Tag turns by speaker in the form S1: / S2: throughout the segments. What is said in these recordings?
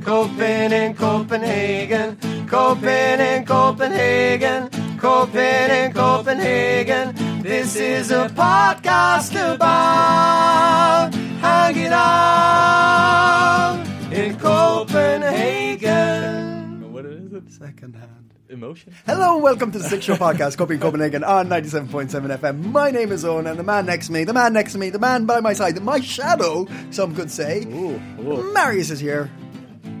S1: Copen in Copenhagen, Copen in Copenhagen, Copen in Copenhagen. This is a podcast about hanging out in Copenhagen.
S2: What is it?
S1: Secondhand.
S2: Emotion.
S1: Hello, welcome to the Six Show Podcast, Copy in Copenhagen on 97.7 FM. My name is Owen, and the man next to me, the man next to me, the man by my side, my shadow, some could say, Marius is here.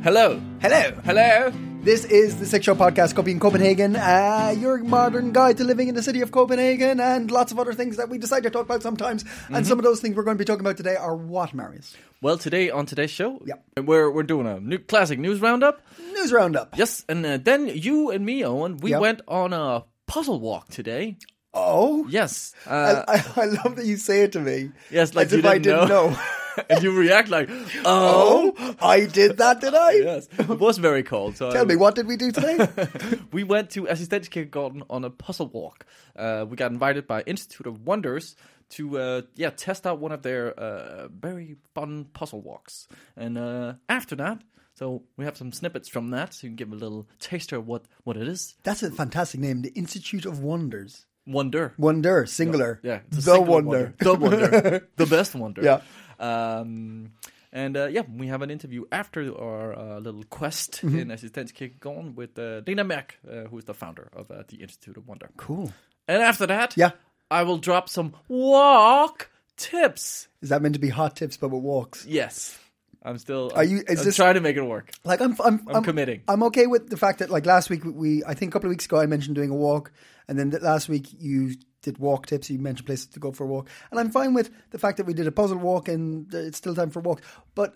S2: Hello.
S1: Hello.
S2: Hello.
S1: This is the Six Show Podcast, Copy in Copenhagen, uh, your modern guide to living in the city of Copenhagen, and lots of other things that we decide to talk about sometimes.
S2: Mm-hmm.
S1: And some of those things we're going to be talking about today are what, Marius?
S2: Well, today on today's show,
S1: Yep.
S2: we're we're doing a new classic news roundup.
S1: News Roundup.
S2: Yes, and uh, then you and me, Owen, we
S1: Yep.
S2: went on a puzzle walk today.
S1: Oh.
S2: Yes. Uh,
S1: I, I, I love that you say it to me.
S2: Yes, like
S1: as
S2: you
S1: if I
S2: didn't
S1: didn't
S2: know.
S1: know.
S2: and you react like, oh.
S1: oh, I did that, did I?
S2: Yes. It was very cold. So
S1: Tell
S2: I-
S1: me, what did we do today?
S2: we went to Assistenskirkegården on a puzzle walk. Uh, we got invited by Institute of Wonders to uh, yeah test out one of their uh, very fun puzzle walks. And uh, after that, so we have some snippets from that, so you can give a little taster of what what it is.
S1: That's a fantastic name, the Institute of Wonders.
S2: Wonder.
S1: Wonder, singular.
S2: Yeah,
S1: the
S2: it's a singular
S1: wonder.
S2: The wonder. the best wonder.
S1: Yeah.
S2: Um, and uh, yeah, we have an interview after our uh, little quest
S1: Mm-hmm.
S2: in Assistenskirkegården with uh, Dana Merck, uh, who is the founder of uh, the Institute of Wonder.
S1: Cool.
S2: And after that,
S1: Yeah.
S2: I will drop some walk tips.
S1: Is that meant to be hot tips, but with walks?
S2: Yes, I'm still.
S1: Are you-
S2: I'm,
S1: is
S2: I'm
S1: this-
S2: trying to make it work?
S1: Like I'm, I'm, I'm,
S2: committing.
S1: I'm okay with the fact that like last week we, I think a couple of weeks ago I mentioned doing a walk, and then th- last week you did walk tips. You mentioned places to go for a walk, and I'm fine with the fact that we did a puzzle walk and it's still time for walks. But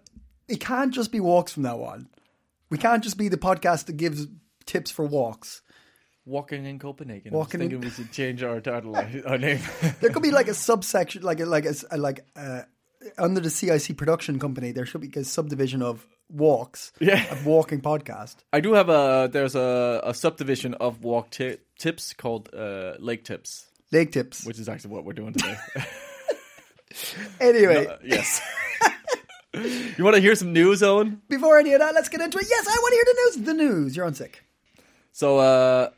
S1: it can't just be walks from now on. We can't just be the podcast that gives tips for walks.
S2: Walking in Copenhagen.
S1: Walking
S2: I was
S1: in-
S2: thinking we should change our title, our name.
S1: There could be like a subsection, like a, like a, s- like uh, under the CIC production company, there should be a subdivision of walks,
S2: Yeah.
S1: of walking podcast.
S2: I do have a. There's a, a subdivision of walk ti- tips called uh, Lake Tips,
S1: Lake tips.
S2: which is actually what we're doing today.
S1: Anyway,
S2: Uh, yes. you want to hear some news, Owen?
S1: before any of that, let's get into it. Yes, I want to hear the news. The news. You're on sick.
S2: So uh,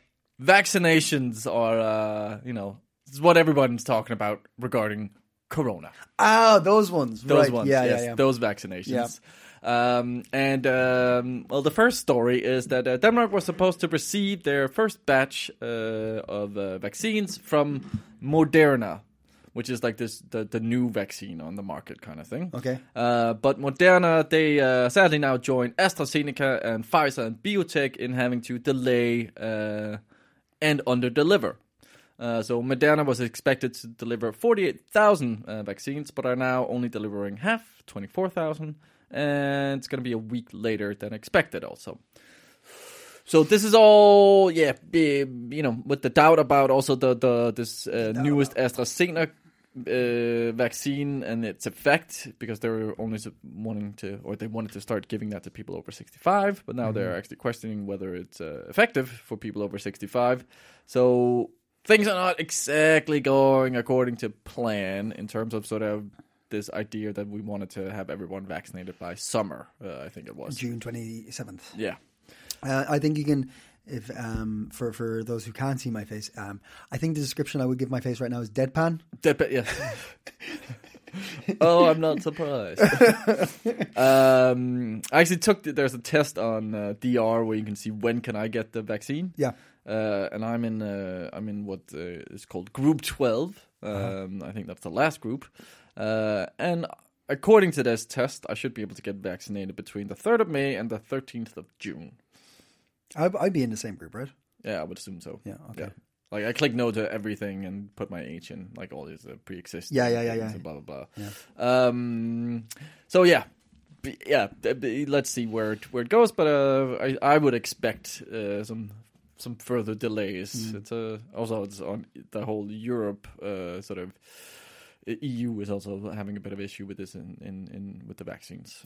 S2: vaccinations are, uh, you know, this is what everyone's talking about regarding corona.
S1: Ah, those ones.
S2: Those
S1: right.
S2: ones,
S1: Yeah,
S2: yes,
S1: yeah, yeah.
S2: those vaccinations. Um, and um, well, the first story is that uh, Denmark was supposed to receive their first batch uh, of uh, vaccines from Moderna, which is like this the, the new vaccine on the market kind of thing.
S1: Okay.
S2: Uh, but Moderna, they uh, sadly now join AstraZeneca and Pfizer and BioTech in having to delay uh, and underdeliver. Uh, so Moderna was expected to deliver 48,000 uh, vaccines, but are now only delivering half, 24,000, and it's going to be a week later than expected. Also, so this is all, yeah, eh, you know, with the doubt about also the the this uh, newest AstraZeneca uh, vaccine and its effect because they were only su- wanting to or they wanted to start giving that to people over 65 but now they're actually questioning whether it's uh, effective for people over 65 so things are not exactly going according to plan in terms of sort of this idea that we wanted to have everyone vaccinated by summer uh, i think it was
S1: June 27th.
S2: yeah
S1: Uh, I think you can, if um, for for those who can't see my face, um, I think the description I would give my face right now is deadpan.
S2: Dead pa- yeah. oh, I'm not surprised. um, I actually took the, there's a test on uh, DR where you can see when can I get the vaccine.
S1: Yeah.
S2: Uh, and I'm in uh, I'm in what uh, is called group 12. Um, I think that's the last group. Uh, and according to this test, I should be able to get vaccinated between the 3rd of May and the 13th of June.
S1: I'd, I'd be in the same group, right?
S2: Yeah, I would assume so.
S1: Yeah, okay.
S2: Like I click no to everything and put my age in, like all these uh, pre-existing.
S1: Yeah, yeah, yeah,
S2: things
S1: yeah.
S2: and Blah blah blah. Um, so yeah, B- yeah. th- b- Let's see where it, where it goes, but uh, I I would expect uh, some some further delays.
S1: Mm.
S2: It's uh, also it's on the whole Europe uh, sort of. EU is also having a bit of issue with this in, in, in with the vaccines,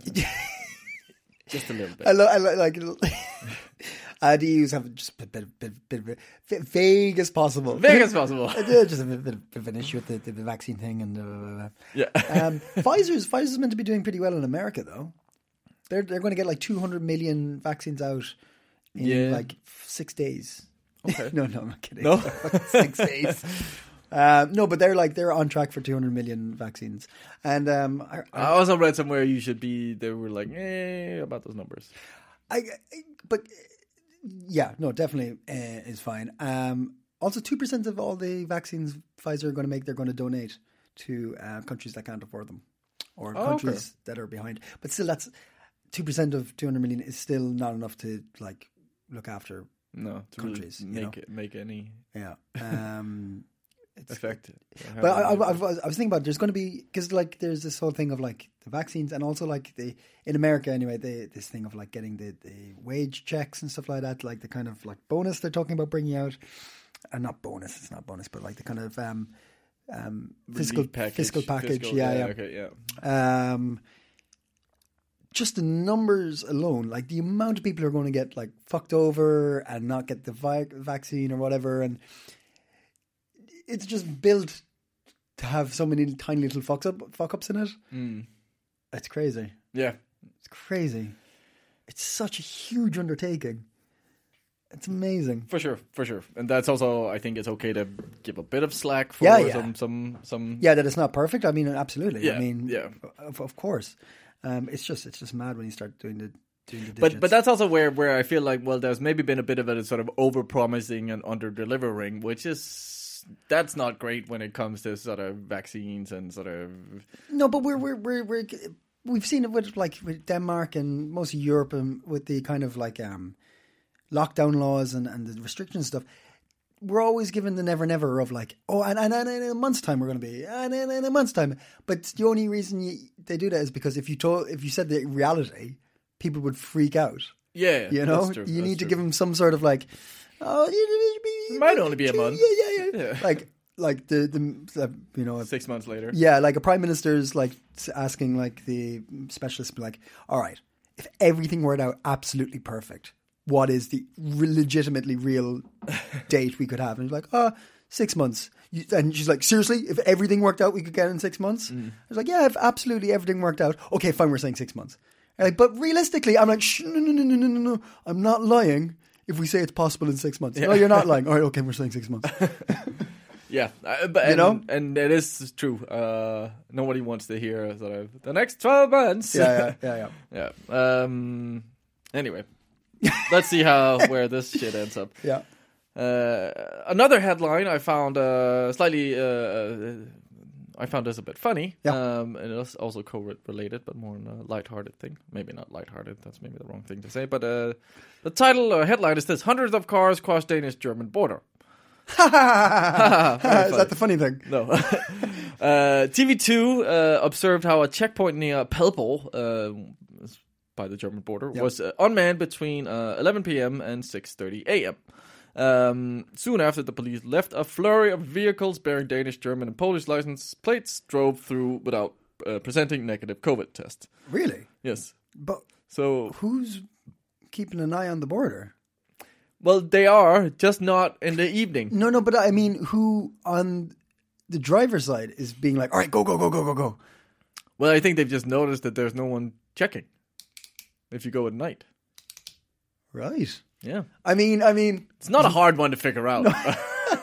S2: just a little bit.
S1: I, lo- I lo- like uh, the EU's have just a bit, bit, bit, bit, bit vague as possible.
S2: Vague as possible.
S1: Uh, yeah, just a bit, bit, bit of an issue with the, the vaccine thing and. uh, blah, blah, blah.
S2: yeah.
S1: Um, Pfizer's Pfizer's meant to be doing pretty well in America though. They're they're going to get like 200 million vaccines out in
S2: Yeah.
S1: like six days.
S2: Okay.
S1: no, no, I'm not kidding.
S2: No?
S1: six days. Um, no, but they're like they're on track for 200 million vaccines, and um, I, I,
S2: I also read somewhere you should be. They were like, eh, about those numbers.
S1: I, but yeah, no, definitely uh, is fine. Um, also, two percent of all the vaccines Pfizer are going to make, they're going to donate to uh, countries that can't afford them, or
S2: okay.
S1: countries that are behind. But still, that's two percent of two hundred million is still not enough to like look after.
S2: No, to
S1: Countries, you
S2: really make
S1: know.
S2: make any
S1: Yeah. Um,
S2: effect.
S1: But I, I, I, was, I was thinking about there's going to be because like there's this whole thing of like the vaccines and also like the in America anyway they, this thing of like getting the, the wage checks and stuff like that like the kind of like bonus they're talking about bringing out and not bonus it's not bonus but like the kind of um um fiscal
S2: Relief package,
S1: fiscal package
S2: fiscal-
S1: yeah yeah,
S2: Okay, yeah.
S1: um just the numbers alone like the amount of people who are going to get like fucked over and not get the vi- vaccine or whatever and it's just built to have so many tiny little fucks up fuck ups in it
S2: Hmm.
S1: it's crazy
S2: Yeah.
S1: it's crazy it's such a huge undertaking it's amazing
S2: For sure, for sure, and that's also. I think it's okay to give a bit of slack for
S1: Yeah, yeah.
S2: some, some, some.
S1: yeah that it's not perfect i mean absolutely i
S2: Yeah,
S1: mean
S2: yeah.
S1: of, of course um it's just it's just mad when you start doing the doing the
S2: But but
S1: digits.
S2: that's also where where I feel like well, there's maybe been a bit of a sort of over promising and under delivering, which is that's not great when it comes to sort of vaccines and sort of
S1: No, but we're we're we're, we're we've seen it with like with Denmark and most of Europe and with the kind of like um, lockdown laws and and the restrictions stuff. We're always given the never never of like oh and and, and in a month's time we're going to be and, and in a month's time. But the only reason you, they do that is because if you told if you said the reality, people would freak out.
S2: yeah.
S1: You know,
S2: that's true,
S1: you
S2: that's
S1: need to
S2: true.
S1: give them some sort of like, oh, you- you- you- you-
S2: It might only be a month.
S1: Yeah, yeah, yeah.
S2: Yeah.
S1: Like, like the, the the you know
S2: six months later.
S1: yeah, like a prime minister's like s- asking like the specialist, like, all right, if everything were now absolutely perfect, what is the re- legitimately real date we could have? And he's like, oh, six months. You, and she's like, seriously, if everything worked out, we could get it in six months. I was like, yeah, if absolutely everything worked out, okay, fine, we're saying six months. And like, but realistically, I'm like, Shh, no, no, no, no, no, no, no, I'm not lying. If we say it's possible in six months, no, you're not lying. All right, okay, we're saying six months.
S2: Yeah, uh, but and,
S1: know?
S2: and it is true. Uh, nobody wants to hear sort of the next twelve months.
S1: Yeah, yeah, yeah,
S2: yeah. Um. Anyway, let's see how where this shit ends up.
S1: yeah,
S2: Uh, another headline I found uh, slightly. Uh, uh, I found this a bit funny.
S1: Yeah.
S2: Um, and it's also COVID related, but more on a lighthearted thing. Maybe not lighthearted. That's maybe the wrong thing to say. But uh, the title or headline is this: Hundreds of cars cross Danish-German border.
S1: yeah. Is that the funny thing?
S2: No. uh, TV2 uh, observed how a checkpoint near Pelbo, uh, by the German border, was uh, unmanned between uh, 11 p.m. and 6:30 a.m. Um, soon after the police left, a flurry of vehicles bearing Danish, German, and Polish license plates drove through without uh, presenting negative COVID test.
S1: Really?
S2: Yes.
S1: But
S2: So,
S1: who's keeping an eye on the border?
S2: well, they are just not in the evening.
S1: No, no, but I mean, who on the driver's side is being like, all right, go, go, go, go, go, go.
S2: Well, I think they've just noticed that there's no one checking if you go at night.
S1: Right.
S2: Yeah.
S1: I mean, I mean,
S2: It's not a hard one to figure out.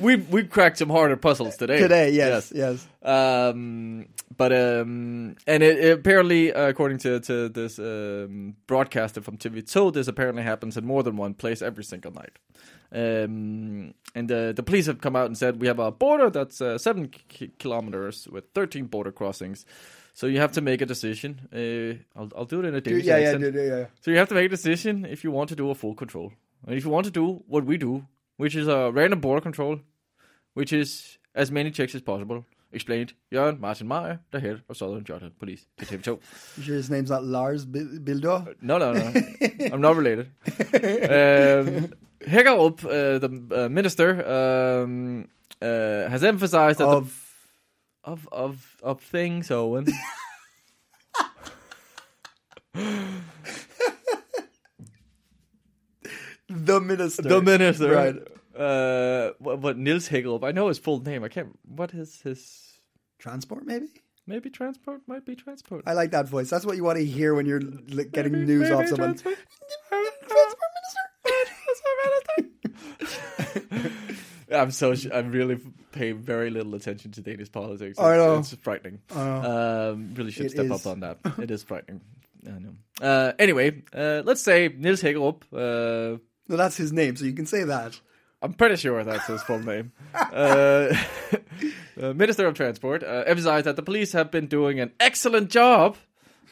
S2: we we cracked some harder puzzles today.
S1: today, yes, yes.
S2: Um, but um, and it, it apparently, uh, according to to this um, broadcaster from TV2, this apparently happens in more than one place every single night. Um, and uh, the police have come out and said we have a border that's uh, seven ki- kilometers with thirteen border crossings. So you have to make a decision. Uh, I'll I'll do it in a Danish
S1: yeah, yeah,
S2: accent.
S1: yeah, yeah, yeah.
S2: So you have to make a decision if you want to do a full control. And if you want to do what we do, which is a random border control, which is as many checks as possible. Explained Jørgen Martin Meyer, the head of Southern Jutland Police er to TV2.
S1: You sure his name's not Lars Bil- Bildor?
S2: No, no, no. I'm not related. Um, Hækkerup, uh, the uh, minister, um, uh, has emphasized that
S1: Of
S2: the, of of of things, Owen.
S1: the minister.
S2: the minister,
S1: Right.
S2: Uh, what, what Nils Hækkerup? I know his full name. I can't. What is his?
S1: Transport, maybe?
S2: Maybe transport. Might be transport.
S1: I like that voice. That's what you want to hear when you're like, getting
S2: Maybe-
S1: news
S2: maybe
S1: off someone.
S2: transport.
S1: Transport minister.
S2: I'm so sh- I really pay very little attention to Danish politics. It's,
S1: I know.
S2: it's frightening. Um, really should
S1: It
S2: step
S1: is.
S2: up on that. It is frightening. I know. Uh, anyway, uh, let's say Nils Hækkerup. Uh,
S1: No, that's his name, so you can say that.
S2: I'm pretty sure that's his full name. Uh, uh, Minister of Transport uh, emphasized that the police have been doing an excellent job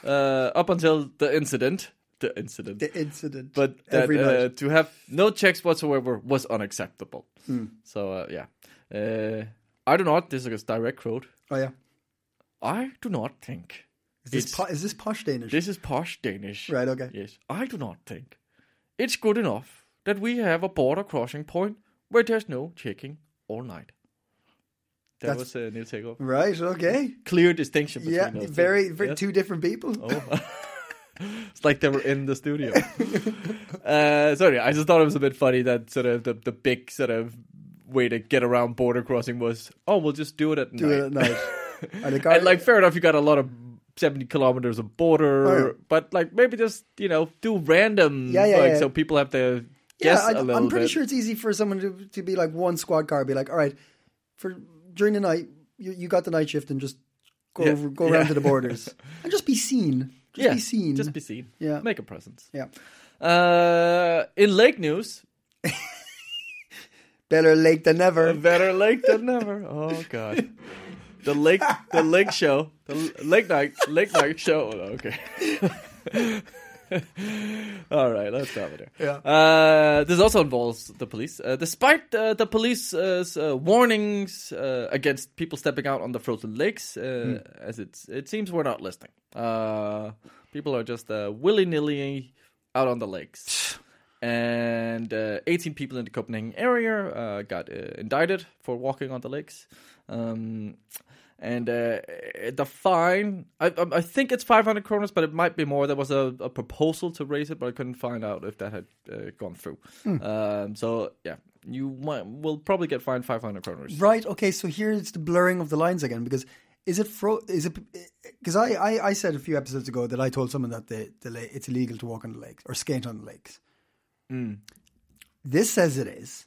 S2: uh, up until the incident. The incident.
S1: The incident.
S2: but that
S1: every
S2: uh,
S1: night.
S2: to have no checks whatsoever was unacceptable.
S1: Hmm.
S2: So uh, yeah, uh, I do not. This is a direct quote.
S1: Oh yeah.
S2: I do not think
S1: Is this,
S2: it's-
S1: po- is this posh Danish?
S2: this is posh Danish.
S1: Right, okay.
S2: Yes, I do not think it's good enough that we have a border crossing point where there's no checking all night. That
S1: That's-
S2: was uh, Neil Tegel.
S1: Right. Okay.
S2: Clear distinction between
S1: Yeah.
S2: those two.
S1: Very. very
S2: Yes. Oh.
S1: Two different people.
S2: It's like they were in the studio. uh, sorry, I just thought it was a bit funny that sort of the, the big sort of way to get around border crossing was, oh, we'll just do it at
S1: Do
S2: night.
S1: it at night. Are they
S2: And
S1: guard-
S2: like, fair enough, you got a lot of 70 kilometers of border,
S1: Oh, yeah.
S2: but like maybe just, you know, do random,
S1: Yeah, yeah,
S2: like,
S1: yeah.
S2: so people have to
S1: yeah,
S2: guess
S1: I,
S2: a little
S1: I'm pretty
S2: bit.
S1: sure it's easy for someone to, to be like one squad car, be like, all right, for during the night, you, you got the night shift and just go
S2: Yeah,
S1: over, go
S2: yeah.
S1: around to the borders and just be seen. Just
S2: yeah,
S1: be seen.
S2: Just be seen.
S1: Yeah.
S2: Make a presence.
S1: Yeah.
S2: Uh, in Lake News,
S1: Better late than never.
S2: Better late than never. Oh god. The lake the lake show. The l- lake night lake night show. Oh, no, okay. All right, let's stop it there.
S1: Yeah.
S2: Uh, this also involves the police. Uh, despite uh, the police's uh, warnings uh, against people stepping out on the frozen lakes, uh,
S1: Hmm.
S2: as it's, it seems we're not listening. Uh, people are just uh, willy nilly out on the lakes. And uh, 18 people in the Copenhagen area uh, got uh, indicted for walking on the lakes. Um, and uh, the fine, I, um, I- I think it's 500 kroners, but it might be more. There was a, a proposal to raise it, but I couldn't find out if that had uh, gone through.
S1: Hmm.
S2: Um, so, yeah, you might, will probably get fined 500 kroners.
S1: Right. Okay. So here's the blurring of the lines again because is it fro? Is it because I, I I said a few episodes ago that I told someone that the, the la- it's illegal to walk on the lakes or skate on the lakes.
S2: Hmm.
S1: This says it is,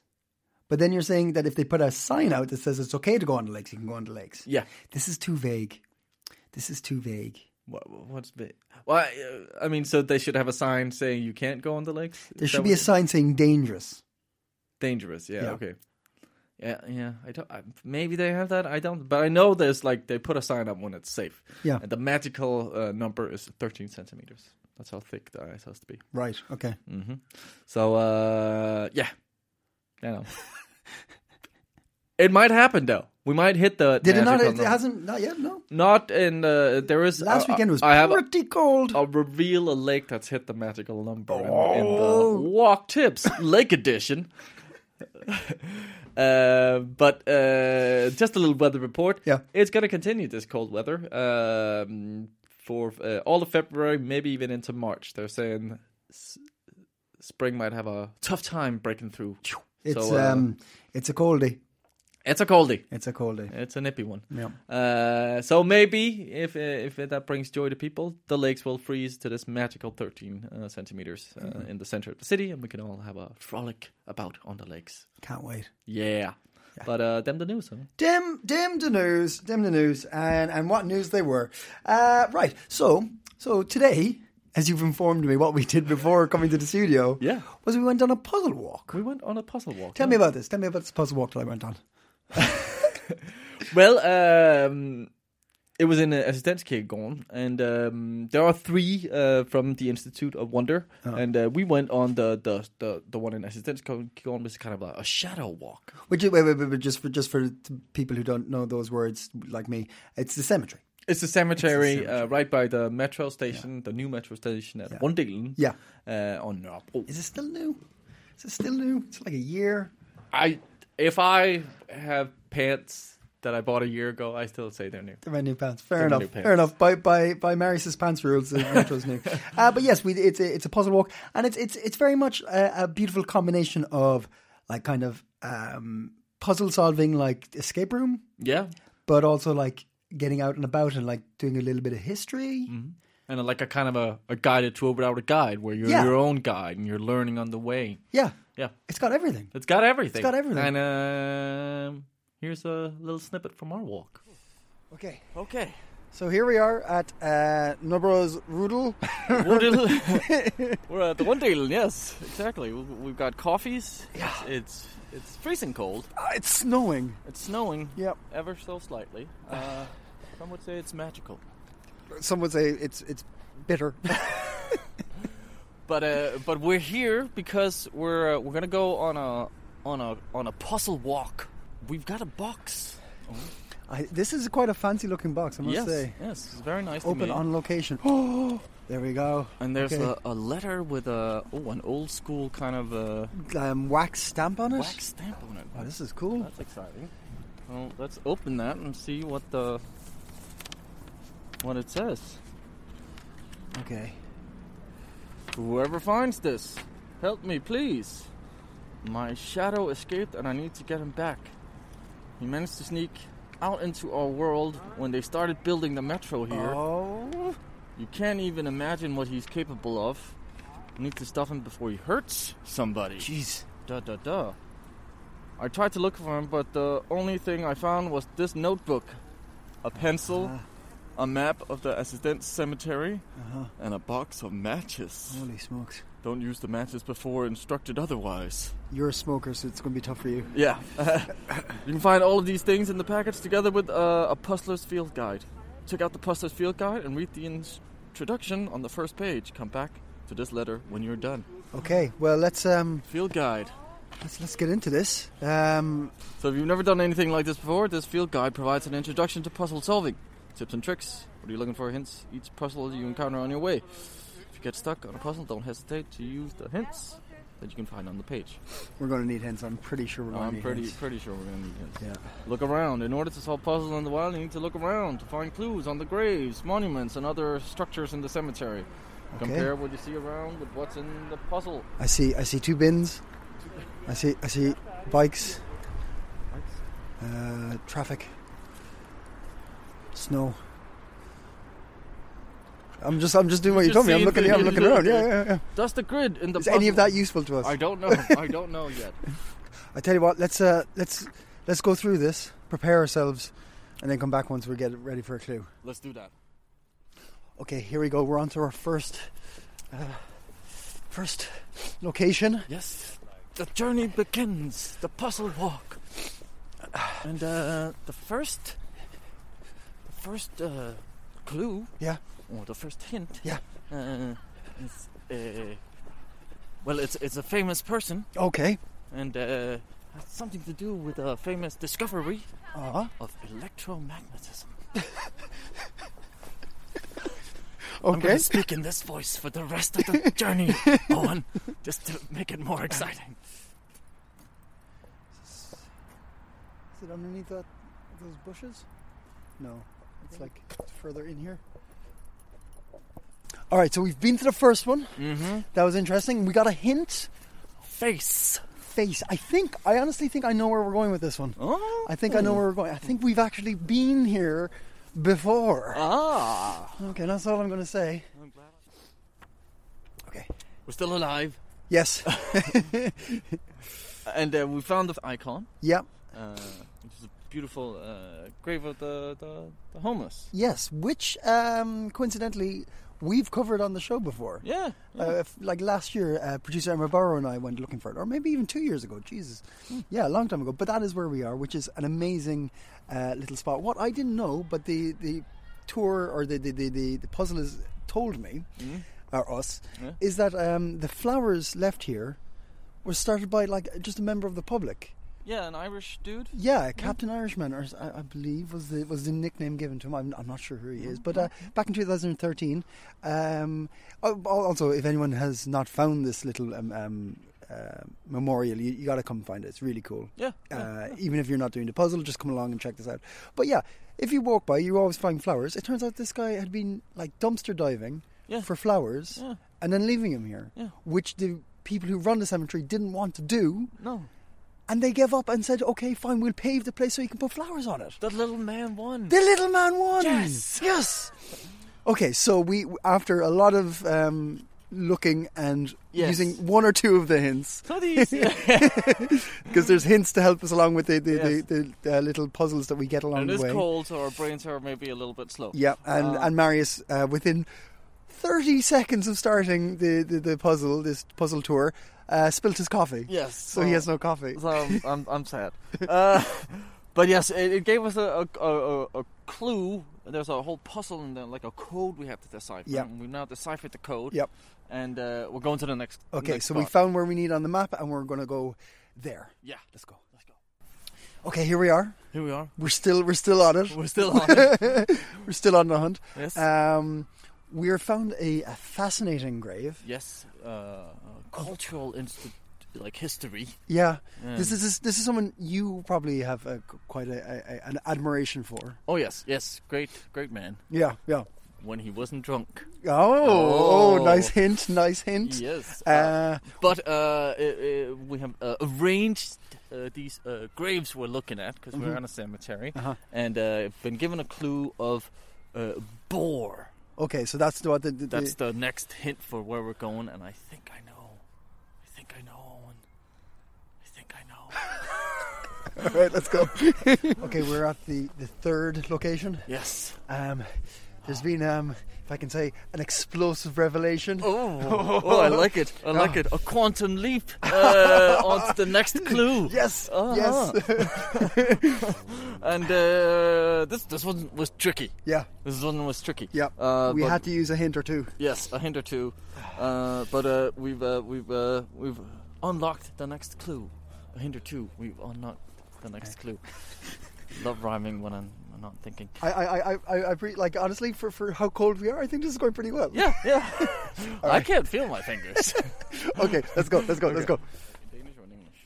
S1: but then you're saying that if they put a sign out that says it's okay to go on the lakes, you can go on the lakes.
S2: Yeah.
S1: This is too vague. This is too vague.
S2: What, what's the. Well, I, uh, I mean, so they should have a sign saying you can't go on the lakes? Is
S1: There
S2: that
S1: should be
S2: what-
S1: a sign saying dangerous.
S2: dangerous. Yeah,
S1: Yeah.
S2: Okay. Yeah. Yeah. I don't. I, maybe they have that. I don't. But I know there's like they put a sign up when it's safe.
S1: Yeah.
S2: And the magical uh, number is 13 centimeters. That's how thick the ice has to be.
S1: Right. Okay.
S2: So uh, yeah. I know. it might happen though. We might hit the.
S1: Did it not?
S2: magical
S1: It
S2: number.
S1: hasn't. Not yet. No.
S2: Not in. Uh, there is.
S1: Last
S2: I-
S1: weekend was
S2: I have. a-
S1: pretty cold.
S2: I'll reveal a lake that's hit the magical number in, in
S1: Oh.
S2: the Walk Tips Lake Edition. uh, but uh, just a little weather report.
S1: Yeah.
S2: it's going to continue this cold weather um, for uh, all of February, maybe even into March. They're saying s- spring might have a tough time breaking through.
S1: It's
S2: So, uh,
S1: um. It's a coldie.
S2: it's a coldie.
S1: It's a coldie.
S2: It's a nippy one.
S1: Yeah.
S2: Uh, so maybe if uh, if that brings joy to people, the lakes will freeze to this magical 13 uh, centimeters uh,
S1: Mm-hmm.
S2: in the center of the city, and we can all have a frolic about on the lakes.
S1: Can't wait.
S2: Yeah. But uh, them the news, huh?
S1: Dim, dim the news, dim the news, and, and what news they were. Uh, right, so so today, as you've informed me, what we did before coming to the studio,
S2: Yeah.
S1: was we went on a puzzle walk.
S2: We went on a puzzle walk.
S1: Tell me about this. Tell me about this puzzle walk that I went on.
S2: Well, um, it was in uh, Assistenskirkegården, and um, there are three uh, from the Institute of Wonder,
S1: Uh-huh.
S2: and uh, we went on the the the, the one in Assistenskirkegården was kind of like a shadow walk.
S1: Which is, wait, wait, wait, wait, just for just for the people who don't know those words like me, it's the cemetery.
S2: It's a cemetery, Uh, right by the metro station, the new metro station at Rundelen.
S1: Yeah.
S2: uh, on Nørrebro.
S1: Is it still new? Is it still new? It's like a year.
S2: I if I have pants that I bought a year ago, I still say they're new.
S1: They're my new pants. Fair
S2: my
S1: enough.
S2: new pants.
S1: Fair enough. By by by Marius's pants rules, uh, Metro's new. Uh, but yes, we, it's a, it's a puzzle walk, and it's it's it's very much a, a beautiful combination of like kind of um, puzzle solving, like escape room,
S2: Yeah,
S1: but also like getting out and about and like doing a little bit of history.
S2: Mm-hmm. and uh, like a kind of a, a guided tour without a guide, where you're
S1: Yeah.
S2: your own guide and you're learning on the way.
S1: Yeah,
S2: Yeah,
S1: it's got everything.
S2: it's got everything.
S1: It's got everything.
S2: And um, here's a little snippet from our walk.
S1: Okay,
S2: Okay.
S1: so here we are at uh, Nobro's Rudel.
S2: We're at the one deal, yes, exactly. We- We've got coffees. Yeah. It's, it's it's freezing cold.
S1: Ah, it's snowing.
S2: It's snowing.
S1: Yep.
S2: Ever so slightly. Uh, some would say it's magical.
S1: Some would say it's it's bitter.
S2: But uh, but we're here because we're uh, we're gonna go on a on a on a puzzle walk. We've got a box.
S1: I, this is quite a fancy looking box, I must
S2: yes,
S1: say.
S2: yes, it's very nice. to
S1: Open
S2: me.
S1: on location. Oh, there we go.
S2: And there's
S1: Okay.
S2: a, a letter with a oh an old school kind of uh
S1: um, wax stamp on it.
S2: wax stamp on it.
S1: Oh, this is cool.
S2: That's exciting. Well, let's open that and see what the what it says.
S1: Okay.
S2: Whoever finds this, help me, please. My shadow escaped and I need to get him back. He managed to sneak out into our world when they started building the metro here.
S1: Oh,
S2: You can't even imagine what he's capable of. Need to stop him before he hurts somebody.
S1: jeez.
S2: Da da da. I tried to look for him, but the only thing I found was this notebook, a pencil,
S1: Uh-huh.
S2: a map of the Assistent Cemetery, and a box of matches.
S1: Uh-huh. Holy smokes.
S2: Don't use the matches before instructed otherwise.
S1: You're a smoker, so it's going to be tough for you.
S2: Yeah. you can find all of these things in the package together with uh, a Puzzler's Field Guide. Check out the Puzzler's Field Guide and read the introduction on the first page. Come back to this letter when you're done.
S1: Okay, well let's um
S2: Field Guide.
S1: let's let's get into this. Um,
S2: So if you've never done anything like this before, this field guide provides an introduction to puzzle solving, tips and tricks. What are you looking for? Hints. Each puzzle you encounter on your way. If you get stuck on a puzzle, don't hesitate to use the hints that you can find on the page.
S1: we're going to need hints. I'm pretty sure we're going to
S2: I'm
S1: need
S2: pretty
S1: hints.
S2: pretty sure we're gonna need hints.
S1: Yeah.
S2: Look around. In order to solve puzzles in the wild, you need to look around to find clues on the graves, monuments, and other structures in the cemetery. Compare what you see around with what's in the puzzle.
S1: I see. I see two bins. I see. I see bikes. Uh, traffic. Snow. I'm just. I'm just doing what you
S2: just
S1: told me. I'm
S2: seeing
S1: looking. Yeah, I'm
S2: things.
S1: looking around. Yeah, yeah, yeah.
S2: Does the grid in the
S1: Is
S2: puzzle?
S1: any of that useful to us?
S2: I don't know. I don't know yet.
S1: I tell you what. Let's uh, let's let's go through this. Prepare ourselves, and then come back once we get ready for a clue.
S2: Let's do that.
S1: Okay, here we go. We're on to our first uh, first location.
S2: Yes, the journey begins. The puzzle walk, and uh, the first, the first uh, clue
S1: Yeah.
S2: or the first hint.
S1: Yeah.
S2: Uh, is, uh, well, it's it's a famous person,
S1: Okay.
S2: and uh, has something to do with a famous discovery
S1: Uh-huh.
S2: of electromagnetism. I'm
S1: Okay.
S2: going to speak in this voice for the rest of the journey, Owen, just to make it more exciting.
S1: Is it underneath that those bushes? No, it's like further in here. All right, so we've been to the first one.
S2: Mm-hmm.
S1: That was interesting. We got a hint.
S2: Face.
S1: Face. I think. I honestly think I know where we're going with this one.
S2: Oh.
S1: I think I know where we're going. I think we've actually been here before.
S2: Ah.
S1: Okay, that's all I'm going to say. Okay.
S2: We're still alive.
S1: Yes.
S2: And uh, we found the icon,
S1: yep.
S2: uh, which is a beautiful uh, grave of the, the, the homeless.
S1: Yes. Which, um, coincidentally, we've covered on the show before.
S2: Yeah.
S1: Uh, if, like last year, uh, producer Emma Burrow and I went looking for it, or maybe even two years ago. Jesus, yeah, a long time ago. But that is where we are, which is an amazing uh, little spot. What I didn't know, but the the tour or the the, the, the, the puzzle has told me or us is that um, the flowers left here were started by like just a member of the public.
S2: Yeah, an Irish dude.
S1: Yeah, Captain Irishman, or s- I, I believe was the was the nickname given to him. I'm, I'm not sure who he
S2: Oh,
S1: is, but uh, back in 2013. Um, al- al- also, if anyone has not found this little um, um, uh, memorial, you, you got to come find it. It's really cool.
S2: Yeah,
S1: Uh, even if you're not doing the puzzle, just come along and check this out. But yeah, if you walk by, you always find flowers. It turns out this guy had been like dumpster diving
S2: Yeah.
S1: for flowers
S2: Yeah.
S1: and then leaving them here,
S2: Yeah.
S1: which the people who run the cemetery didn't want to do.
S2: No,
S1: And they gave up and said, okay, fine, we'll pave the place so you can put flowers on it.
S2: that little man won.
S1: The little man won!
S2: Yes!
S1: Yes! Okay, so we, after a lot of um, looking and
S2: Yes.
S1: using one or two of the hints,
S2: Not easy.
S1: because there's hints to help us along with the, the,
S2: Yes.
S1: the, the uh, little puzzles that we get along
S2: and
S1: the
S2: it's
S1: way.
S2: cold, Ah. so our brains are maybe a little bit slow. Um,
S1: Yeah, and, and Marius, uh, within 30 seconds of starting the, the, the puzzle, this puzzle tour, uh, spilt his coffee.
S2: Yes.
S1: So
S2: Oh.
S1: he has no coffee.
S2: So I'm, I'm, I'm sad. Uh, but yes, it, it gave us a, a, a, a- a clue. There's a whole puzzle and then like a code we have to decipher.
S1: Yep.
S2: And we've now deciphered the code.
S1: Yep.
S2: And uh, we're going to the next.
S1: Okay,
S2: next
S1: so we
S2: spot.
S1: found where we need on the map and we're going to go there.
S2: Yeah.
S1: Let's go.
S2: Let's go.
S1: Okay, here we are.
S2: Here we are.
S1: We're still we're still on it.
S2: We're still on. it.
S1: We're still on the hunt.
S2: Yes.
S1: Um, we are found a, a fascinating grave.
S2: yes. Uh, cultural institute, like history.
S1: Yeah.
S2: Mm.
S1: This is this, this is someone you probably have a, quite a, a, a- an admiration for.
S2: Oh yes, yes. Great, great man.
S1: Yeah. Yeah.
S2: When he wasn't drunk.
S1: Oh, oh,
S2: Oh.
S1: nice hint, nice hint.
S2: Yes.
S1: Uh,
S2: But uh, uh, uh, we have uh, arranged uh, these uh, graves we're looking at because
S1: Mm-hmm.
S2: we're on a cemetery,
S1: Uh-huh.
S2: and uh, been given a clue of uh, boar.
S1: okay, so that's the, what the, the,
S2: That's the next hint for where we're going, and I think I know. I think I know. And I think I know.
S1: All right, let's go. okay, we're at the, the third location.
S2: yes.
S1: Um, there's been, um, if I can say, an explosive revelation.
S2: Oh, oh, I like it. I like it. A quantum leap uh, onto the next clue.
S1: Yes,
S2: Uh-huh.
S1: yes,
S2: And uh, this this one was tricky.
S1: yeah,
S2: This one was tricky.
S1: yeah.
S2: Uh,
S1: we
S2: but-
S1: had to use a hint or two.
S2: Yes, a hint or two, uh, but uh, we've uh, we've uh, we've unlocked the next clue. A hint or two, we've unlocked the next clue. Love rhyming when I'm, I'm not thinking.
S1: I, I, I, I, I pre- like honestly for, for how cold we are, I think this is going pretty well.
S2: Yeah, yeah. I can't feel my fingers.
S1: Okay, let's go, let's go, let's go.
S2: Danish or in English?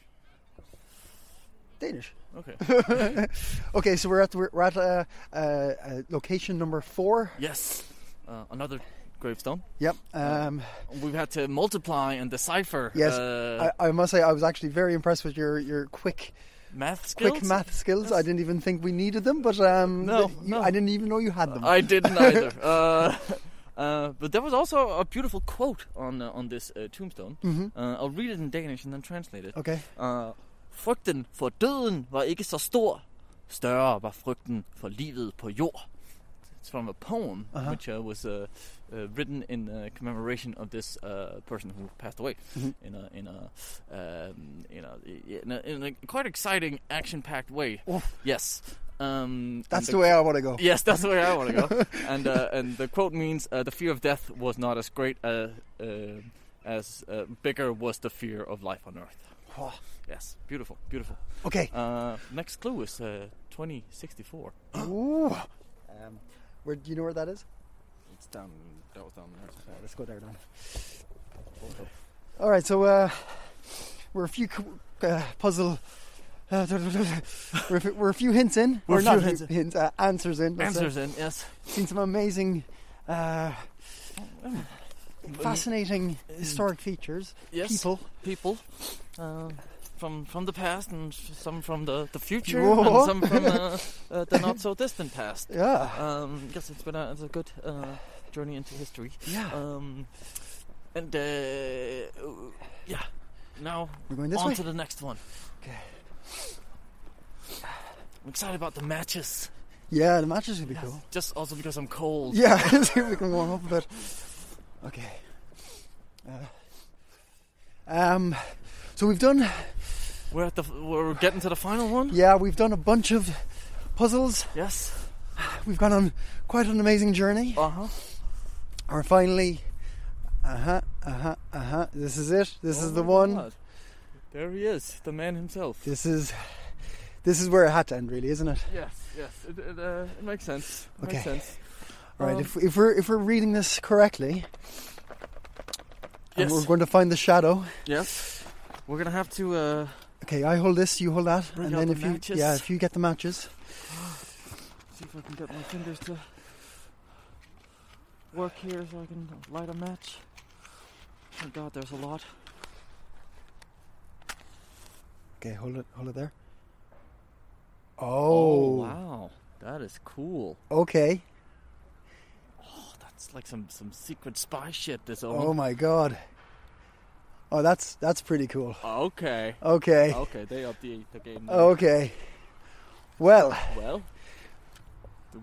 S1: Danish.
S2: Okay.
S1: Okay, so we're at we're, we're at uh, uh, uh, location number four.
S2: yes. Uh, another gravestone.
S1: Yep. Um,
S2: We've had to multiply and decipher.
S1: yes,
S2: Uh,
S1: I, I must say I was actually very impressed with your your quick
S2: math skills.
S1: quick math skills. I didn't even think we needed them, but um,
S2: No,
S1: you-
S2: no.
S1: I didn't even know you had them.
S2: I didn't either. Uh, uh, but there was also a beautiful quote on uh, on this uh, tombstone. Uh, I'll read it in Danish and then translate it.
S1: Mm-hmm. okay.
S2: Uh, frygten for døden var ikke så stor. Større var frygten for livet på jord. It's from a poem
S1: Uh-huh.
S2: which uh, was uh, uh, written in uh, commemoration of this uh, person who passed away
S1: Mm-hmm.
S2: in a in a um, in a, in a in a quite exciting action-packed way. Yes, um,
S1: That's
S2: and
S1: the way I want to go.
S2: Yes, that's the way I want to go. and uh, and the quote means uh, the fear of death was not as great uh, uh, as uh, bigger was the fear of life on earth.
S1: Wow.
S2: Yes, beautiful, beautiful.
S1: Okay.
S2: Uh, next clue is uh, 2064.
S1: Ooh. Um, where do you know where that is?
S2: It's down. That was down
S1: All right, let's go there then. All right, so uh, we're a few cu- uh, puzzle. Uh, we're, a few, we're a few hints in.
S2: We're
S1: or
S2: a
S1: not
S2: few hints in.
S1: uh, answers in. let's say.
S2: Answers in yes.
S1: Seen some amazing, uh, fascinating historic features.
S2: Yes.
S1: People.
S2: People. Uh, from from the past and f- some from the, the future
S1: Whoa.
S2: and some from uh, uh, the not so distant past.
S1: Yeah.
S2: Um, yes, it's been a, it's a good uh, journey into history.
S1: Yeah.
S2: Um, and uh, yeah, now
S1: We're going this
S2: on
S1: way?
S2: to the next one.
S1: Okay.
S2: I'm excited about the matches.
S1: Yeah, the matches would be cool.
S2: Just also because I'm cold.
S1: Yeah, see if we can warm up a bit. Okay. Uh, um, so we've done.
S2: We're at the we're getting to the final one.
S1: Yeah, we've done a bunch of puzzles.
S2: Yes.
S1: we've gone on quite an amazing journey.
S2: Uh huh.
S1: We're finally. Uh huh, uh huh, uh huh. This is it. This is the one.
S2: Oh There he is, the man himself.
S1: This is. This is where it had to end, really, isn't it?
S2: Yes, yes, it, it, uh, it makes sense. It
S1: Okay.
S2: Makes sense.
S1: All right.
S2: Um,
S1: If, if we're if we're reading this correctly, and
S2: Yes.
S1: we're going to find the shadow.
S2: yes. We're gonna have to. Uh,
S1: Okay, I hold this, you hold that,
S2: Bring
S1: and
S2: out
S1: then
S2: the
S1: if you
S2: matches.
S1: yeah, if you get the matches,
S2: See if I can get my fingers to work here so I can light a match. Oh god, there's a lot.
S1: okay, hold it, hold it there. Oh,
S2: wow. That is cool.
S1: okay.
S2: Oh, that's like some, some secret spy shit this
S1: Oh
S2: old.
S1: my god. Oh, that's that's pretty cool.
S2: Oh, okay.
S1: Okay,
S2: Okay, they upped the, the game. now.
S1: okay. Well,
S2: Well,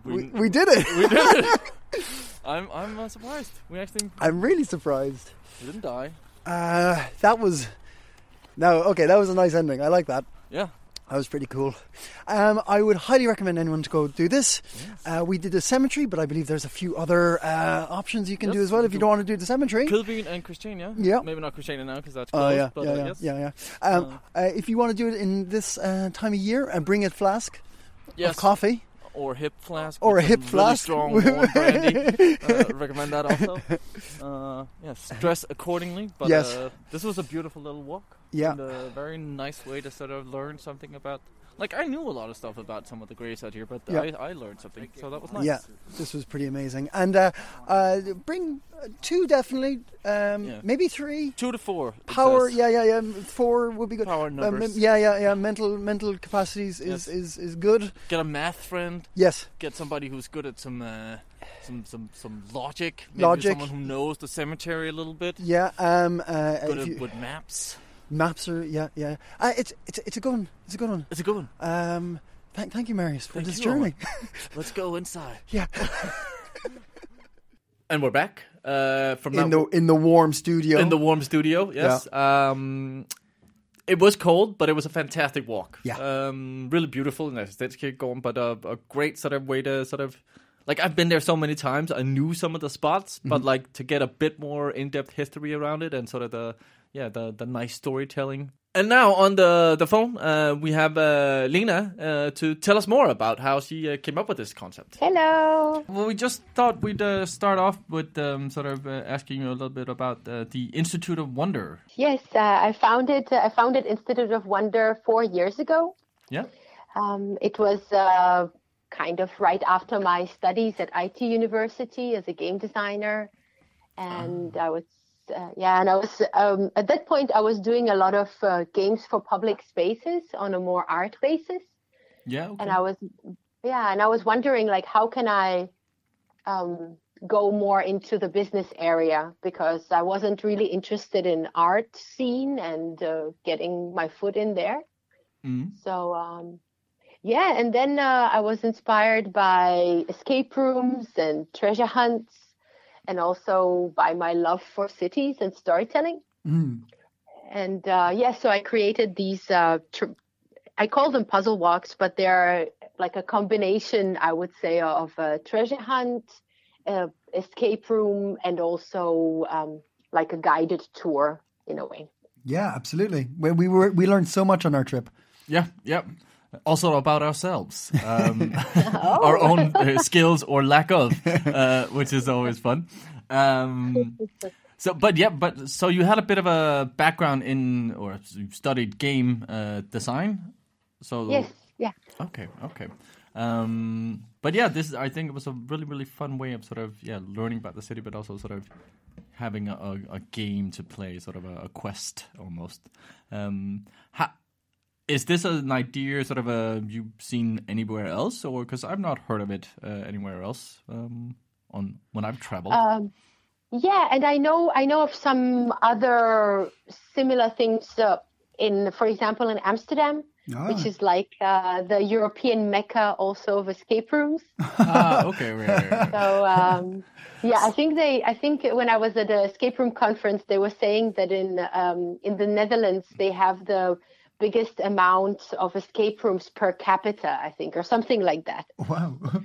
S1: we, we did it.
S2: we did it. I'm, I'm uh, surprised. We actually
S1: I'm really surprised.
S2: we didn't die.
S1: Uh, that was no okay. That was a nice ending. I like that.
S2: Yeah.
S1: That was pretty cool. Um, I would highly recommend anyone to go do this. Uh, we did the cemetery, but I believe there's a few other uh, options you can
S2: Yes,
S1: do as well
S2: we
S1: if you
S2: do.
S1: don't want to do the cemetery.
S2: Kilbean and Christiania.
S1: Yeah.
S2: Maybe not Christiania now because that's
S1: Oh
S2: closed.
S1: yeah,
S2: but
S1: yeah,
S2: uh,
S1: yeah,
S2: yes.
S1: yeah, yeah. Um,
S2: Um,
S1: uh, if you want to do it in this uh, time of year, and bring a flask
S2: Yes.
S1: of coffee.
S2: or hip flask
S1: Or
S2: with
S1: a hip
S2: some
S1: flask.
S2: really strong warm brandy. Uh, recommend that also. Uh, yes, dress accordingly. But
S1: Yes.
S2: uh, this was a beautiful little walk.
S1: Yeah.
S2: and a very nice way to sort of learn something about. Like I knew a lot of stuff about some of the graves out here, but
S1: Yeah.
S2: I, I learned something, so that was nice.
S1: Yeah, this was pretty amazing. And uh, uh, bring uh, two definitely, um,
S2: Yeah.
S1: maybe three.
S2: Two to four. it
S1: Power,
S2: says.
S1: yeah, yeah, yeah. Four would be good.
S2: Power
S1: Um,
S2: numbers.
S1: yeah, yeah, yeah. Mental, mental capacities is,
S2: Yes.
S1: is, is good.
S2: Get a math friend.
S1: Yes,
S2: Get somebody who's good at some. Uh, some, some some logic, maybe
S1: Logic.
S2: someone who knows the cemetery a little bit,
S1: yeah. Um, uh,
S2: good
S1: if
S2: at,
S1: you-
S2: with maps.
S1: Maps are yeah yeah. Uh, it's it's it's a good one. It's a good one.
S2: It's a good one.
S1: Um, thank thank you, Marius, for
S2: Thank
S1: this
S2: you, Owen.
S1: journey.
S2: Let's go inside.
S1: yeah,
S2: And we're back uh, from
S1: in
S2: that
S1: the in the warm studio.
S2: in the warm studio. Yes. Um, it was cold, but it was a fantastic walk.
S1: Yeah.
S2: Um, really beautiful and aesthetic get going, but uh, a, a great sort of way to sort of like I've been there so many times. I knew some of the spots, but
S1: Mm-hmm.
S2: like to get a bit more in depth history around it and sort of the yeah the the nice storytelling. And now on the the phone, uh, we have uh, Lena uh, to tell us more about how she uh, came up with this concept.
S3: Hello.
S2: Well, we just thought we'd uh, start off with um, sort of uh, asking you a little bit about uh, the Institute of Wonder.
S3: Yes, uh, I founded I founded Institute of Wonder four years ago.
S2: Yeah.
S3: Um, it was uh, kind of right after my studies at IT University as a game designer, and I was uh, yeah, and I was um, at that point I was doing a lot of uh, games for public spaces on a more art basis.
S2: Yeah. Okay.
S3: and I was yeah, and I was wondering like how can I um, go more into the business area because I wasn't really interested in art scene and uh, getting my foot in there.
S2: Mm.
S3: So um, yeah, and then uh, I was inspired by escape rooms and treasure hunts, and also by my love for cities and storytelling
S1: Mm.
S3: and uh, yeah, so I created these. Uh, tr- I call them puzzle walks, but they're like a combination, I would say, of a treasure hunt, uh, escape room, and also um, like a guided tour in a way.
S1: Yeah, absolutely. We, we were we learned so much on our trip.
S2: Yeah. Yeah. Also about ourselves, um, our
S3: Oh.
S2: own uh, skills or lack of, uh, which is always fun. Um, so, but yeah, but so you had a bit of a background in, or you studied game uh, design. So
S3: Yes, yeah.
S2: Okay, okay. Um, but yeah, this is, I think it was a really, really fun way of sort of yeah learning about the city, but also sort of having a, a, a game to play, sort of a, a quest almost. Um, ha- is this an idea sort of a you've seen anywhere else, or because I've not heard of it uh, anywhere else um, on when I've traveled?
S3: Um, yeah, and I know I know of some other similar things uh, in, for example, in Amsterdam, which is like uh, the European mecca also of escape rooms.
S2: ah, okay, right, right, right.
S3: So um, yeah, I think they. I think when I was at the escape room conference, they were saying that in um, in the Netherlands they have the biggest amount of escape rooms per capita, I think, or something like that.
S1: Wow.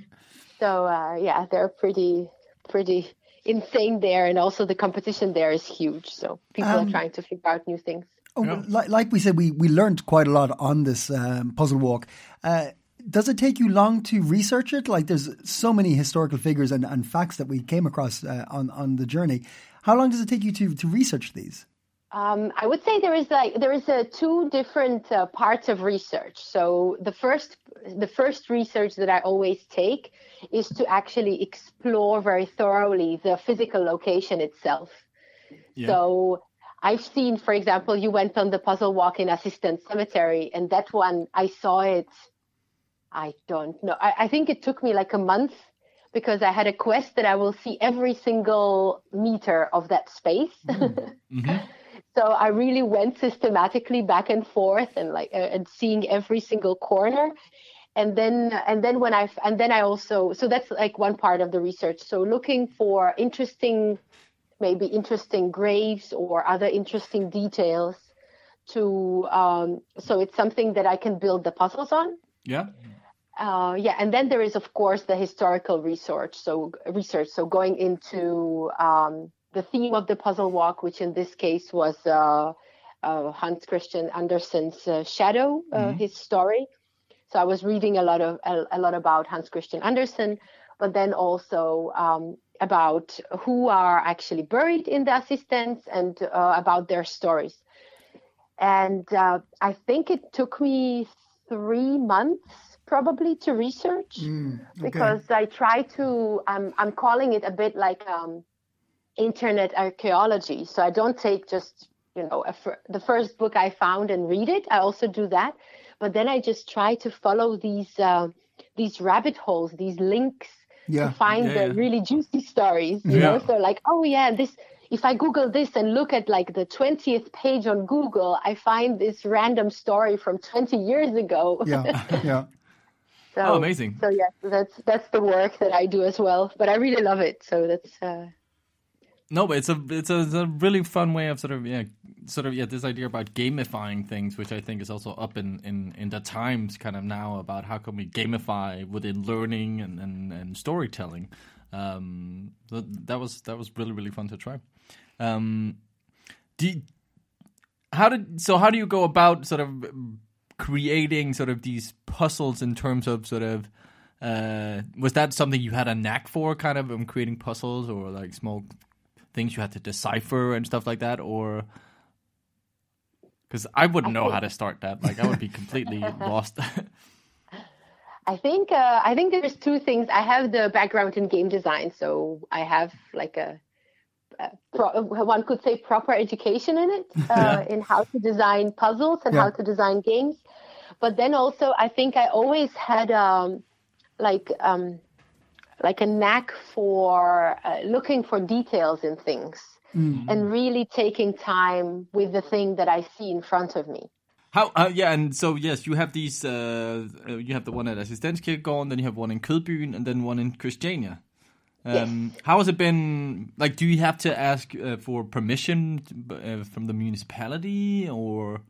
S3: So uh, yeah, they're pretty pretty insane there, and also the competition there is huge. So people are trying to figure out new things.
S1: Oh, like, like we said, we, we learned quite a lot on this um, puzzle walk. Uh, does it take you long to research it? Like, there's so many historical figures and, and facts that we came across uh, on on the journey. How long does it take you to to research these?
S3: Um, I would say there is like there is uh, two different uh, parts of research. So the first the first research that I always take is to actually explore very thoroughly the physical location itself. So I've seen, for example, you went on the puzzle walk in Assistant Cemetery, and that one I saw it. I don't know. I, I think it took me like a month because I had a quest that I will see every single meter of that space. so I really went systematically back and forth and like uh, and seeing every single corner and then and then when I and then I also so that's like one part of the research so looking for interesting maybe interesting graves or other interesting details to um, so it's something that I can build the puzzles on
S2: Yeah.
S3: uh, yeah, and then there is of course the historical research. So research. So going into um, the theme of the puzzle walk, which in this case was uh, uh, Hans Christian Andersen's uh, Shadow, uh, his story. So I was reading a lot of a, a lot about Hans Christian Andersen, but then also um, about who are actually buried in the assistants and uh, about their stories and uh, I think it took me three months probably to research because I try to. Um, I'm calling it a bit like um, internet archaeology. So I don't take just you know a fir- the first book I found and read it. I also do that, but then I just try to follow these uh, these rabbit holes, these links
S1: Yeah.
S3: to find
S2: Yeah,
S3: the
S2: yeah.
S3: really juicy stories. You
S2: Yeah.
S3: know, so like oh yeah, this. If I Google this and look at like the 20th page on Google, I find this random story from 20 years ago.
S1: Yeah, yeah.
S3: So,
S2: Oh, amazing.
S3: So yeah, that's that's the work that I do as well, but I really love it. So that's uh,
S2: No, but it's a it's a, it's a really fun way of sort of yeah sort of yeah this idea about gamifying things, which I think is also up in in in the times kind of now about how can we gamify within learning and and, and storytelling. Um, that, that was that was really really fun to try. Um, do how did so how do you go about sort of creating sort of these puzzles in terms of sort of uh, was that something you had a knack for kind of um, creating puzzles or like small things you had to decipher and stuff like that or because I wouldn't know how to start that like I would be completely lost
S3: I think uh, I think there's two things. I have the background in game design, so I have like a, a pro- one could say proper education in it uh, in how to design puzzles and
S1: Yeah.
S3: how to design games. But then also, I think I always had um, like um, like a knack for uh, looking for details in things and really taking time with the thing that I see in front of me.
S2: How? Uh, yeah, and so yes, you have these. Uh, uh, you have the one at Assistenskirkegården, then you have one in Kødbyen, and then one in Christiania. Um, How has it been? Like, do you have to ask uh, for permission uh, from the municipality, or,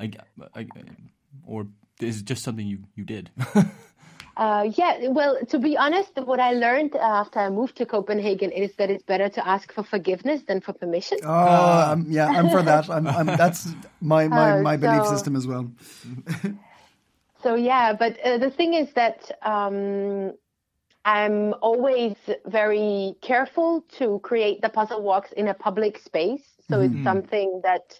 S2: I, I, or is it just something you you did?
S3: Uh, yeah, well, to be honest, what I learned uh, after I moved to Copenhagen is that it's better to ask for forgiveness than for permission.
S1: Oh, um, yeah. I'm for that. I'm, I'm, that's my my,
S3: Uh,
S1: my belief
S3: so-
S1: system as well.
S3: So yeah, but uh, the thing is that um, I'm always very careful to create the puzzle walks in a public space. So it's something that,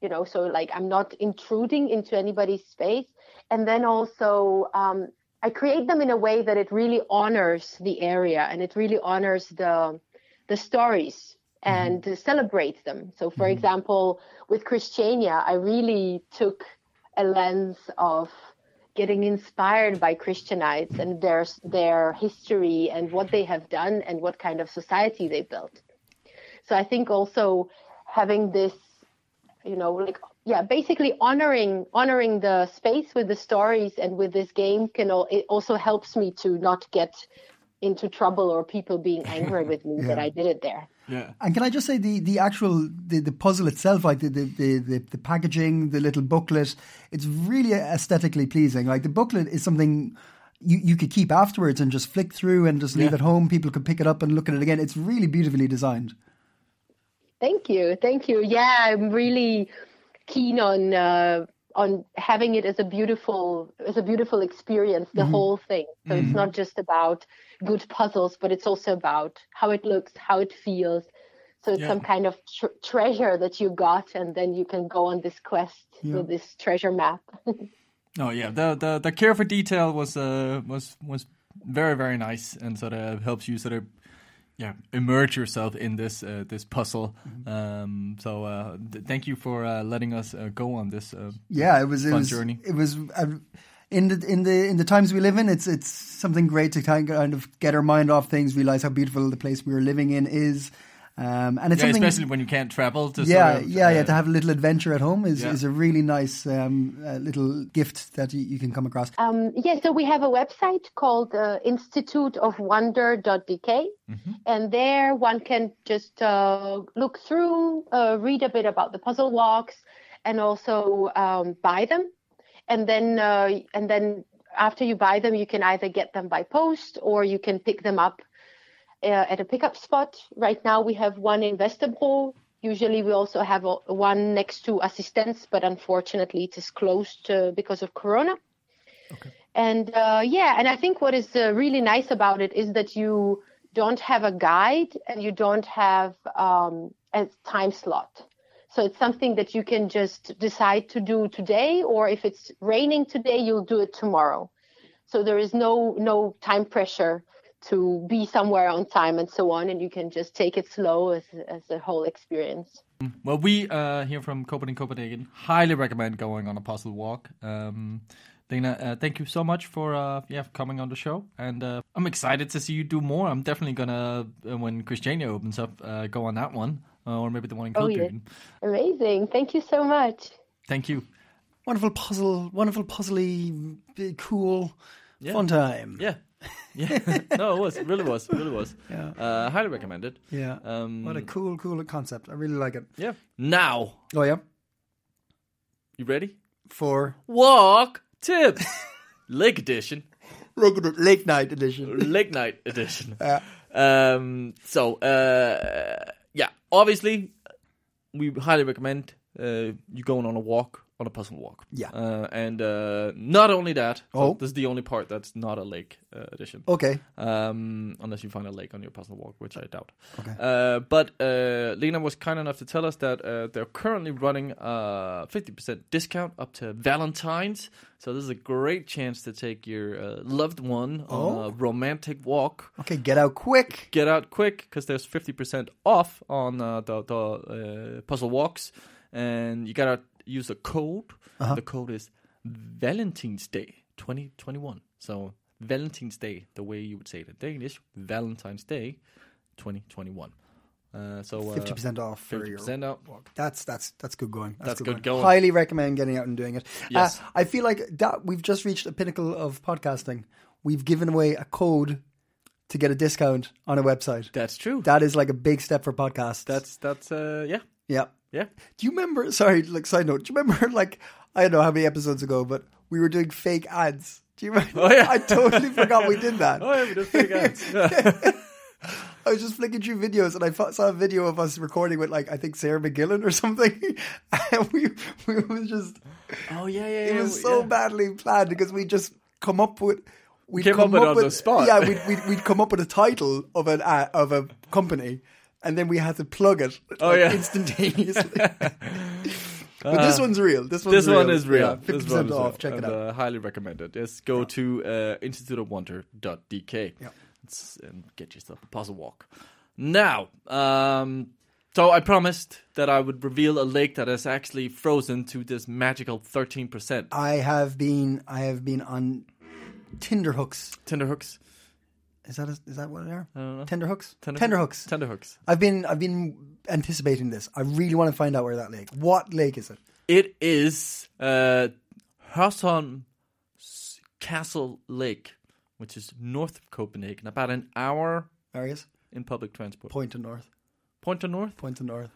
S3: you know, so like I'm not intruding into anybody's space. And then also, um, I create them in a way that it really honors the area and it really honors the the stories and celebrates them. So, for example, with Christiania, I really took a lens of getting inspired by Christianites and their their history and what they have done and what kind of society they built. So I think also having this, you know, like yeah, basically honoring honoring the space with the stories and with this game can all, it also helps me to not get into trouble or people being angry with me that I did it there.
S2: yeah.
S1: And can I just say the the actual the, the puzzle itself, like the the, the the the packaging, the little booklet, it's really aesthetically pleasing. Like the booklet is something you, you could keep afterwards and just flick through and just leave
S2: Yeah.
S1: at home. People could pick it up and look at it again. It's really beautifully designed.
S3: Thank you, thank you. Yeah, I'm really keen on uh, on having it as a beautiful as a beautiful experience, the whole thing. So it's not just about good puzzles, but it's also about how it looks, how it feels. So it's
S2: Yeah.
S3: some kind of tr- treasure that you got, and then you can go on this quest with this treasure map.
S2: No, yeah, the the the care for detail was uh was was very very nice and sort of helps you sort of yeah emerge yourself in this uh, this puzzle.
S1: Mm-hmm.
S2: Um, so uh, th- thank you for uh, letting us uh, go on this. Uh,
S1: Yeah, it was. It
S2: Fun
S1: was.
S2: journey.
S1: It was. Uh, in the in the in the times we live in, it's it's something great to kind of get our mind off things, realize how beautiful the place we are living in is, um, and it's
S2: yeah,
S1: something.
S2: especially when you can't travel. To
S1: yeah,
S2: sort of,
S1: yeah,
S2: uh,
S1: yeah. To have a little adventure at home is,
S2: Yeah.
S1: is a really nice um, uh, little gift that you, you can come across.
S3: Um, yeah, so we have a website called uh, Institute of Wonder.dk, and there one can just uh, look through, uh, read a bit about the puzzle walks, and also um, buy them. And then, uh, and then after you buy them, you can either get them by post or you can pick them up uh, at a pickup spot. Right now, we have one in Vesterbro. Usually, we also have a, one next to Assistance, but unfortunately, it is closed uh, because of Corona and uh, yeah and i think what is uh, really nice about it is that you don't have a guide and you don't have um, a time slot so it's something that you can just decide to do today or if it's raining today you'll do it tomorrow so there is no no time pressure to be somewhere on time and so on and you can just take it slow as as a whole experience
S2: Well, we uh, here from Copenhagen, Copenhagen, highly recommend going on a puzzle walk. Um, Lena, uh, thank you so much for uh, yeah for coming on the show, and uh, I'm excited to see you do more. I'm definitely gonna uh, when Christiania opens up, uh, go on that one, uh, or maybe the one in
S3: Oh, yeah.
S2: Copenhagen.
S3: amazing thank you so much
S2: Thank you.
S1: Wonderful puzzle, wonderful puzzly, uh, cool, fun time.
S2: Yeah, yeah. no, it was really was really was. Yeah, uh, highly recommended.
S1: Yeah.
S2: Um,
S1: what a cool, cool concept. I really like it.
S2: Yeah. Now
S1: Oh yeah,
S2: you ready?
S1: for
S2: Walk tips, Lake edition.
S1: late, late night edition.
S2: late night edition. um, so uh, yeah, obviously, we highly recommend uh, you going on a walk, on a puzzle walk.
S1: Yeah.
S2: uh, and uh, not only that.
S1: Oh.
S2: Oh, this is the only part that's not a lake uh, edition.
S1: Okay,
S2: Um, unless you find a lake on your puzzle walk, which I doubt.
S1: Okay.
S2: Uh, but uh, Lena was kind enough to tell us that uh, they're currently running a 50% discount up to Valentine's. So this is a great chance to take your uh, loved one on a romantic walk.
S1: okay, get out quick.
S2: Get out quick because there's 50% off on uh, the, the uh, puzzle walks. And you got to use a code. The code is Valentine's Day 2021. So Valentine's Day, the way you would say it in Danish, Valentine's Day 2021. Uh, so uh,
S1: Fifty percent off for your
S2: 50% out.
S1: That's that's that's good going. That's,
S2: That's good going.
S1: Highly recommend getting out and doing it.
S2: Yes.
S1: Uh, I feel like that we've just reached a pinnacle of podcasting. We've given away a code to get a discount on a website.
S2: That's true.
S1: That is like a big step for podcasts.
S2: that's that's uh, yeah,
S1: yeah.
S2: yeah.
S1: Do you remember? Sorry, like side note. Do you remember? Like I don't know how many episodes ago, but we were doing fake ads. Do you remember?
S2: Oh, yeah.
S1: I totally forgot we did that.
S2: Oh, yeah, we just figured out.
S1: I was just flicking through videos and I fo- saw a video of us recording with like I think Sarah McGillan or something, and we we was just
S2: oh yeah, yeah.
S1: it
S2: yeah,
S1: was
S2: we-
S1: so
S2: yeah.
S1: badly planned because we just come up with. We'd
S2: Came up with it on the spot.
S1: Yeah, we'd, we'd, we'd come up with a title of an uh, of a company, and then we had to plug it
S2: Oh,
S1: like,
S2: yeah.
S1: instantaneously. but this one's real. This one's
S2: Uh, This
S1: real.
S2: one is real.
S1: Yeah, Fifty
S2: This one
S1: percent
S2: is
S1: off.
S2: real.
S1: Check it out.
S2: And, Uh, highly recommended. Just go to uh, instituteofwonder.dk
S1: Yeah.
S2: It's- and um, get yourself a puzzle walk. Now, um, so I promised that I would reveal a lake that is actually frozen to this magical 13%
S1: I have been I have been on Tinder hooks.
S2: tenderhooks.
S1: Is that a, is that what they are? I
S2: don't know.
S1: Tinder hooks.
S2: Tender-
S1: Tinder hooks.
S2: Tenderhooks.
S1: I've been I've been anticipating this. I really want to find out where that lake. What lake is it?
S2: It is uh, Hørsholm Castle Lake, which is north of Copenhagen, about an hour
S1: Marius?
S2: in public transport.
S1: Point to north.
S2: Point to north?
S1: Point to north.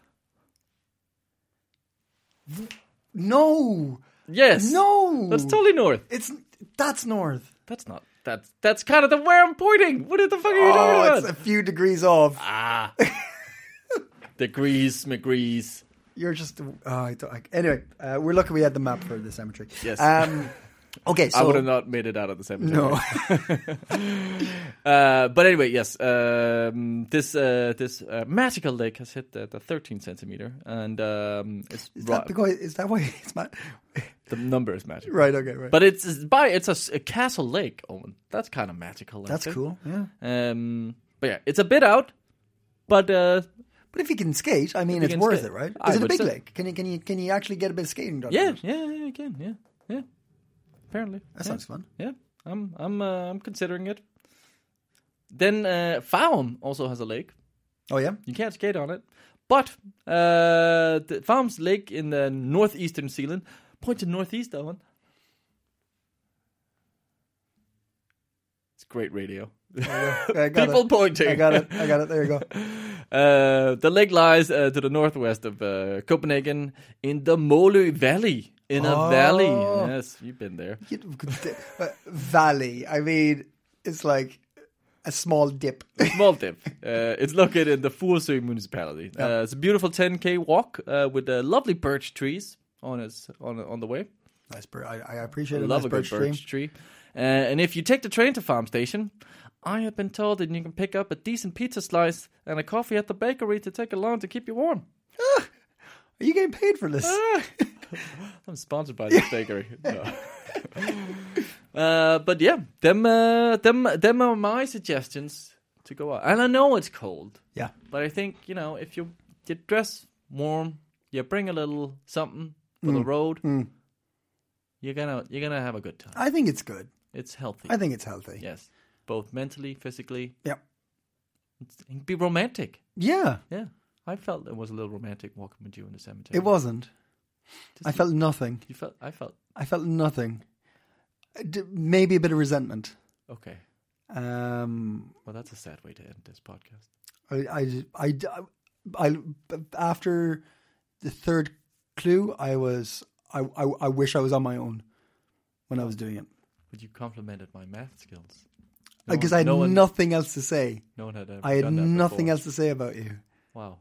S1: No,
S2: Yes.
S1: no.
S2: That's totally north.
S1: It's that's north.
S2: That's not. That's that's kind of the where I'm pointing. What the fuck are you
S1: Oh,
S2: talking
S1: it's a
S2: about? Ah.
S1: few degrees off.
S2: Degrees, McGrees.
S1: You're just. Oh, I thought, I- anyway, uh, we're lucky we had the map for the cemetery.
S2: Yes.
S1: Um, okay, so.
S2: I would have not made it out of the cemetery.
S1: no.
S2: Uh, but anyway, yes, um, this uh, this uh, magical lake has hit the, the 13 centimeter, and um, it's
S1: Is
S2: ro-
S1: that, because, is that why it's not.
S2: the number is magic.
S1: Right, okay, right.
S2: But it's, it's by it's a, s- a castle lake, Owen. That's kind of magical. I
S1: That's
S2: think.
S1: cool, yeah.
S2: Um, but yeah, it's a bit out, but uh,
S1: But if you can skate, I mean,
S2: you
S1: it's
S2: can
S1: worth
S2: skate.
S1: it, right?
S2: I
S1: Is it a
S2: would
S1: big
S2: say.
S1: lake? Can you can you can you actually get a bit of skating done?
S2: yeah, yeah, yeah, you can, yeah, yeah. Apparently,
S1: that sounds fun.
S2: yeah. I'm I'm uh, I'm considering it. Then uh, Faum also has a lake.
S1: Oh yeah,
S2: You can't skate on it. But uh, the Farms Lake in the northeastern Zealand. Point to northeast, that one. It's great radio.
S1: I got
S2: People
S1: it.
S2: pointing.
S1: I got it. I got it. There you go.
S2: Uh, the lake lies uh, to the northwest of uh, Copenhagen in the Molu Valley. In a
S1: Oh.
S2: valley. Yes, you've been there.
S1: You- uh, Valley. I mean, it's like a small dip.
S2: Maldiv. Uh, it's located in the Fursø municipality. Uh, it's a beautiful 10k walk uh, with uh, lovely birch trees on its, on on the way.
S1: nice bird. I, I appreciate it.
S2: love
S1: nice
S2: a
S1: birch
S2: good birch
S1: tree.
S2: tree. Uh, and if you take the train to Farm Station, I have been told that you can pick up a decent pizza slice and a coffee at the bakery to take along to keep you warm.
S1: Are you getting paid for this?
S2: Uh. I'm sponsored by this bakery. No. uh, but yeah, them, uh, them, them are my suggestions to go out. And I know it's cold,
S1: yeah.
S2: but I think you know if you you dress warm, you bring a little something for
S1: Mm.
S2: the road. You're gonna you're gonna have a good time.
S1: I think it's good.
S2: It's healthy.
S1: I think it's healthy.
S2: Yes. Both mentally, physically.
S1: Yeah.
S2: And Be romantic.
S1: Yeah.
S2: Yeah. I felt it was a little romantic walking with you in the cemetery.
S1: It wasn't.
S2: Just
S1: I felt nothing.
S2: You felt. I felt.
S1: I felt nothing. Uh, d- Maybe a bit of resentment.
S2: Okay.
S1: Um,
S2: Well, that's a sad way to end this podcast.
S1: I, I, I, I, I- after the third clue, I was, I, I, I wish I was on my own when I was doing it
S2: But you complimented my math skills. No
S1: because
S2: one-
S1: I had
S2: no one-
S1: nothing else to say.
S2: No one had. Ever
S1: I had
S2: done that
S1: nothing
S2: before.
S1: else to say about you.
S2: Wow.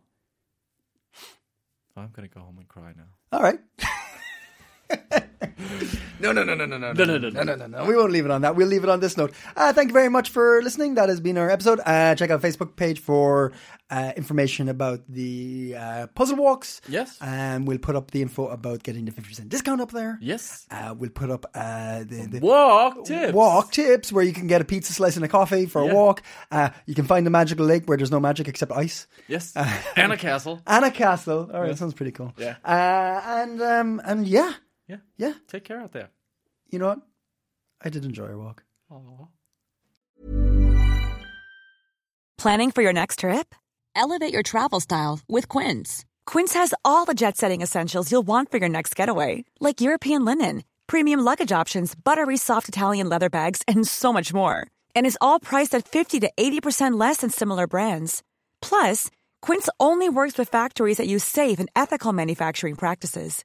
S2: I'm gonna go home and cry now.
S1: All right. No, no, no, no, no, no, no, no, no, no, no, no. We won't leave it on that. We'll leave it on this note. Uh, thank you very much for listening. That has been our episode. Uh, check out Facebook page for uh, information about the uh, puzzle walks.
S2: Yes.
S1: Um, we'll put up the info about getting the fifty percent discount up there.
S2: Yes.
S1: Uh, we'll put up uh, the, the
S2: Walk tips.
S1: walk tips where you can get a pizza slice and a coffee for
S2: Yeah.
S1: a walk. Uh, you can find the magical lake where there's no magic except ice.
S2: Yes. Anna Castle.
S1: And a castle. All right, sounds pretty cool.
S2: Yeah.
S1: Uh, and um, and yeah,
S2: Yeah.
S1: yeah.
S2: Take care out there.
S1: You know what? I did enjoy our walk.
S4: Planning for your next trip?
S5: Elevate your travel style with Quince.
S4: Quince has all the jet setting essentials you'll want for your next getaway, like European linen, premium luggage options, buttery soft Italian leather bags, and so much more. And is all priced at 50 to 80% less than similar brands. Plus, Quince only works with factories that use safe and ethical manufacturing practices.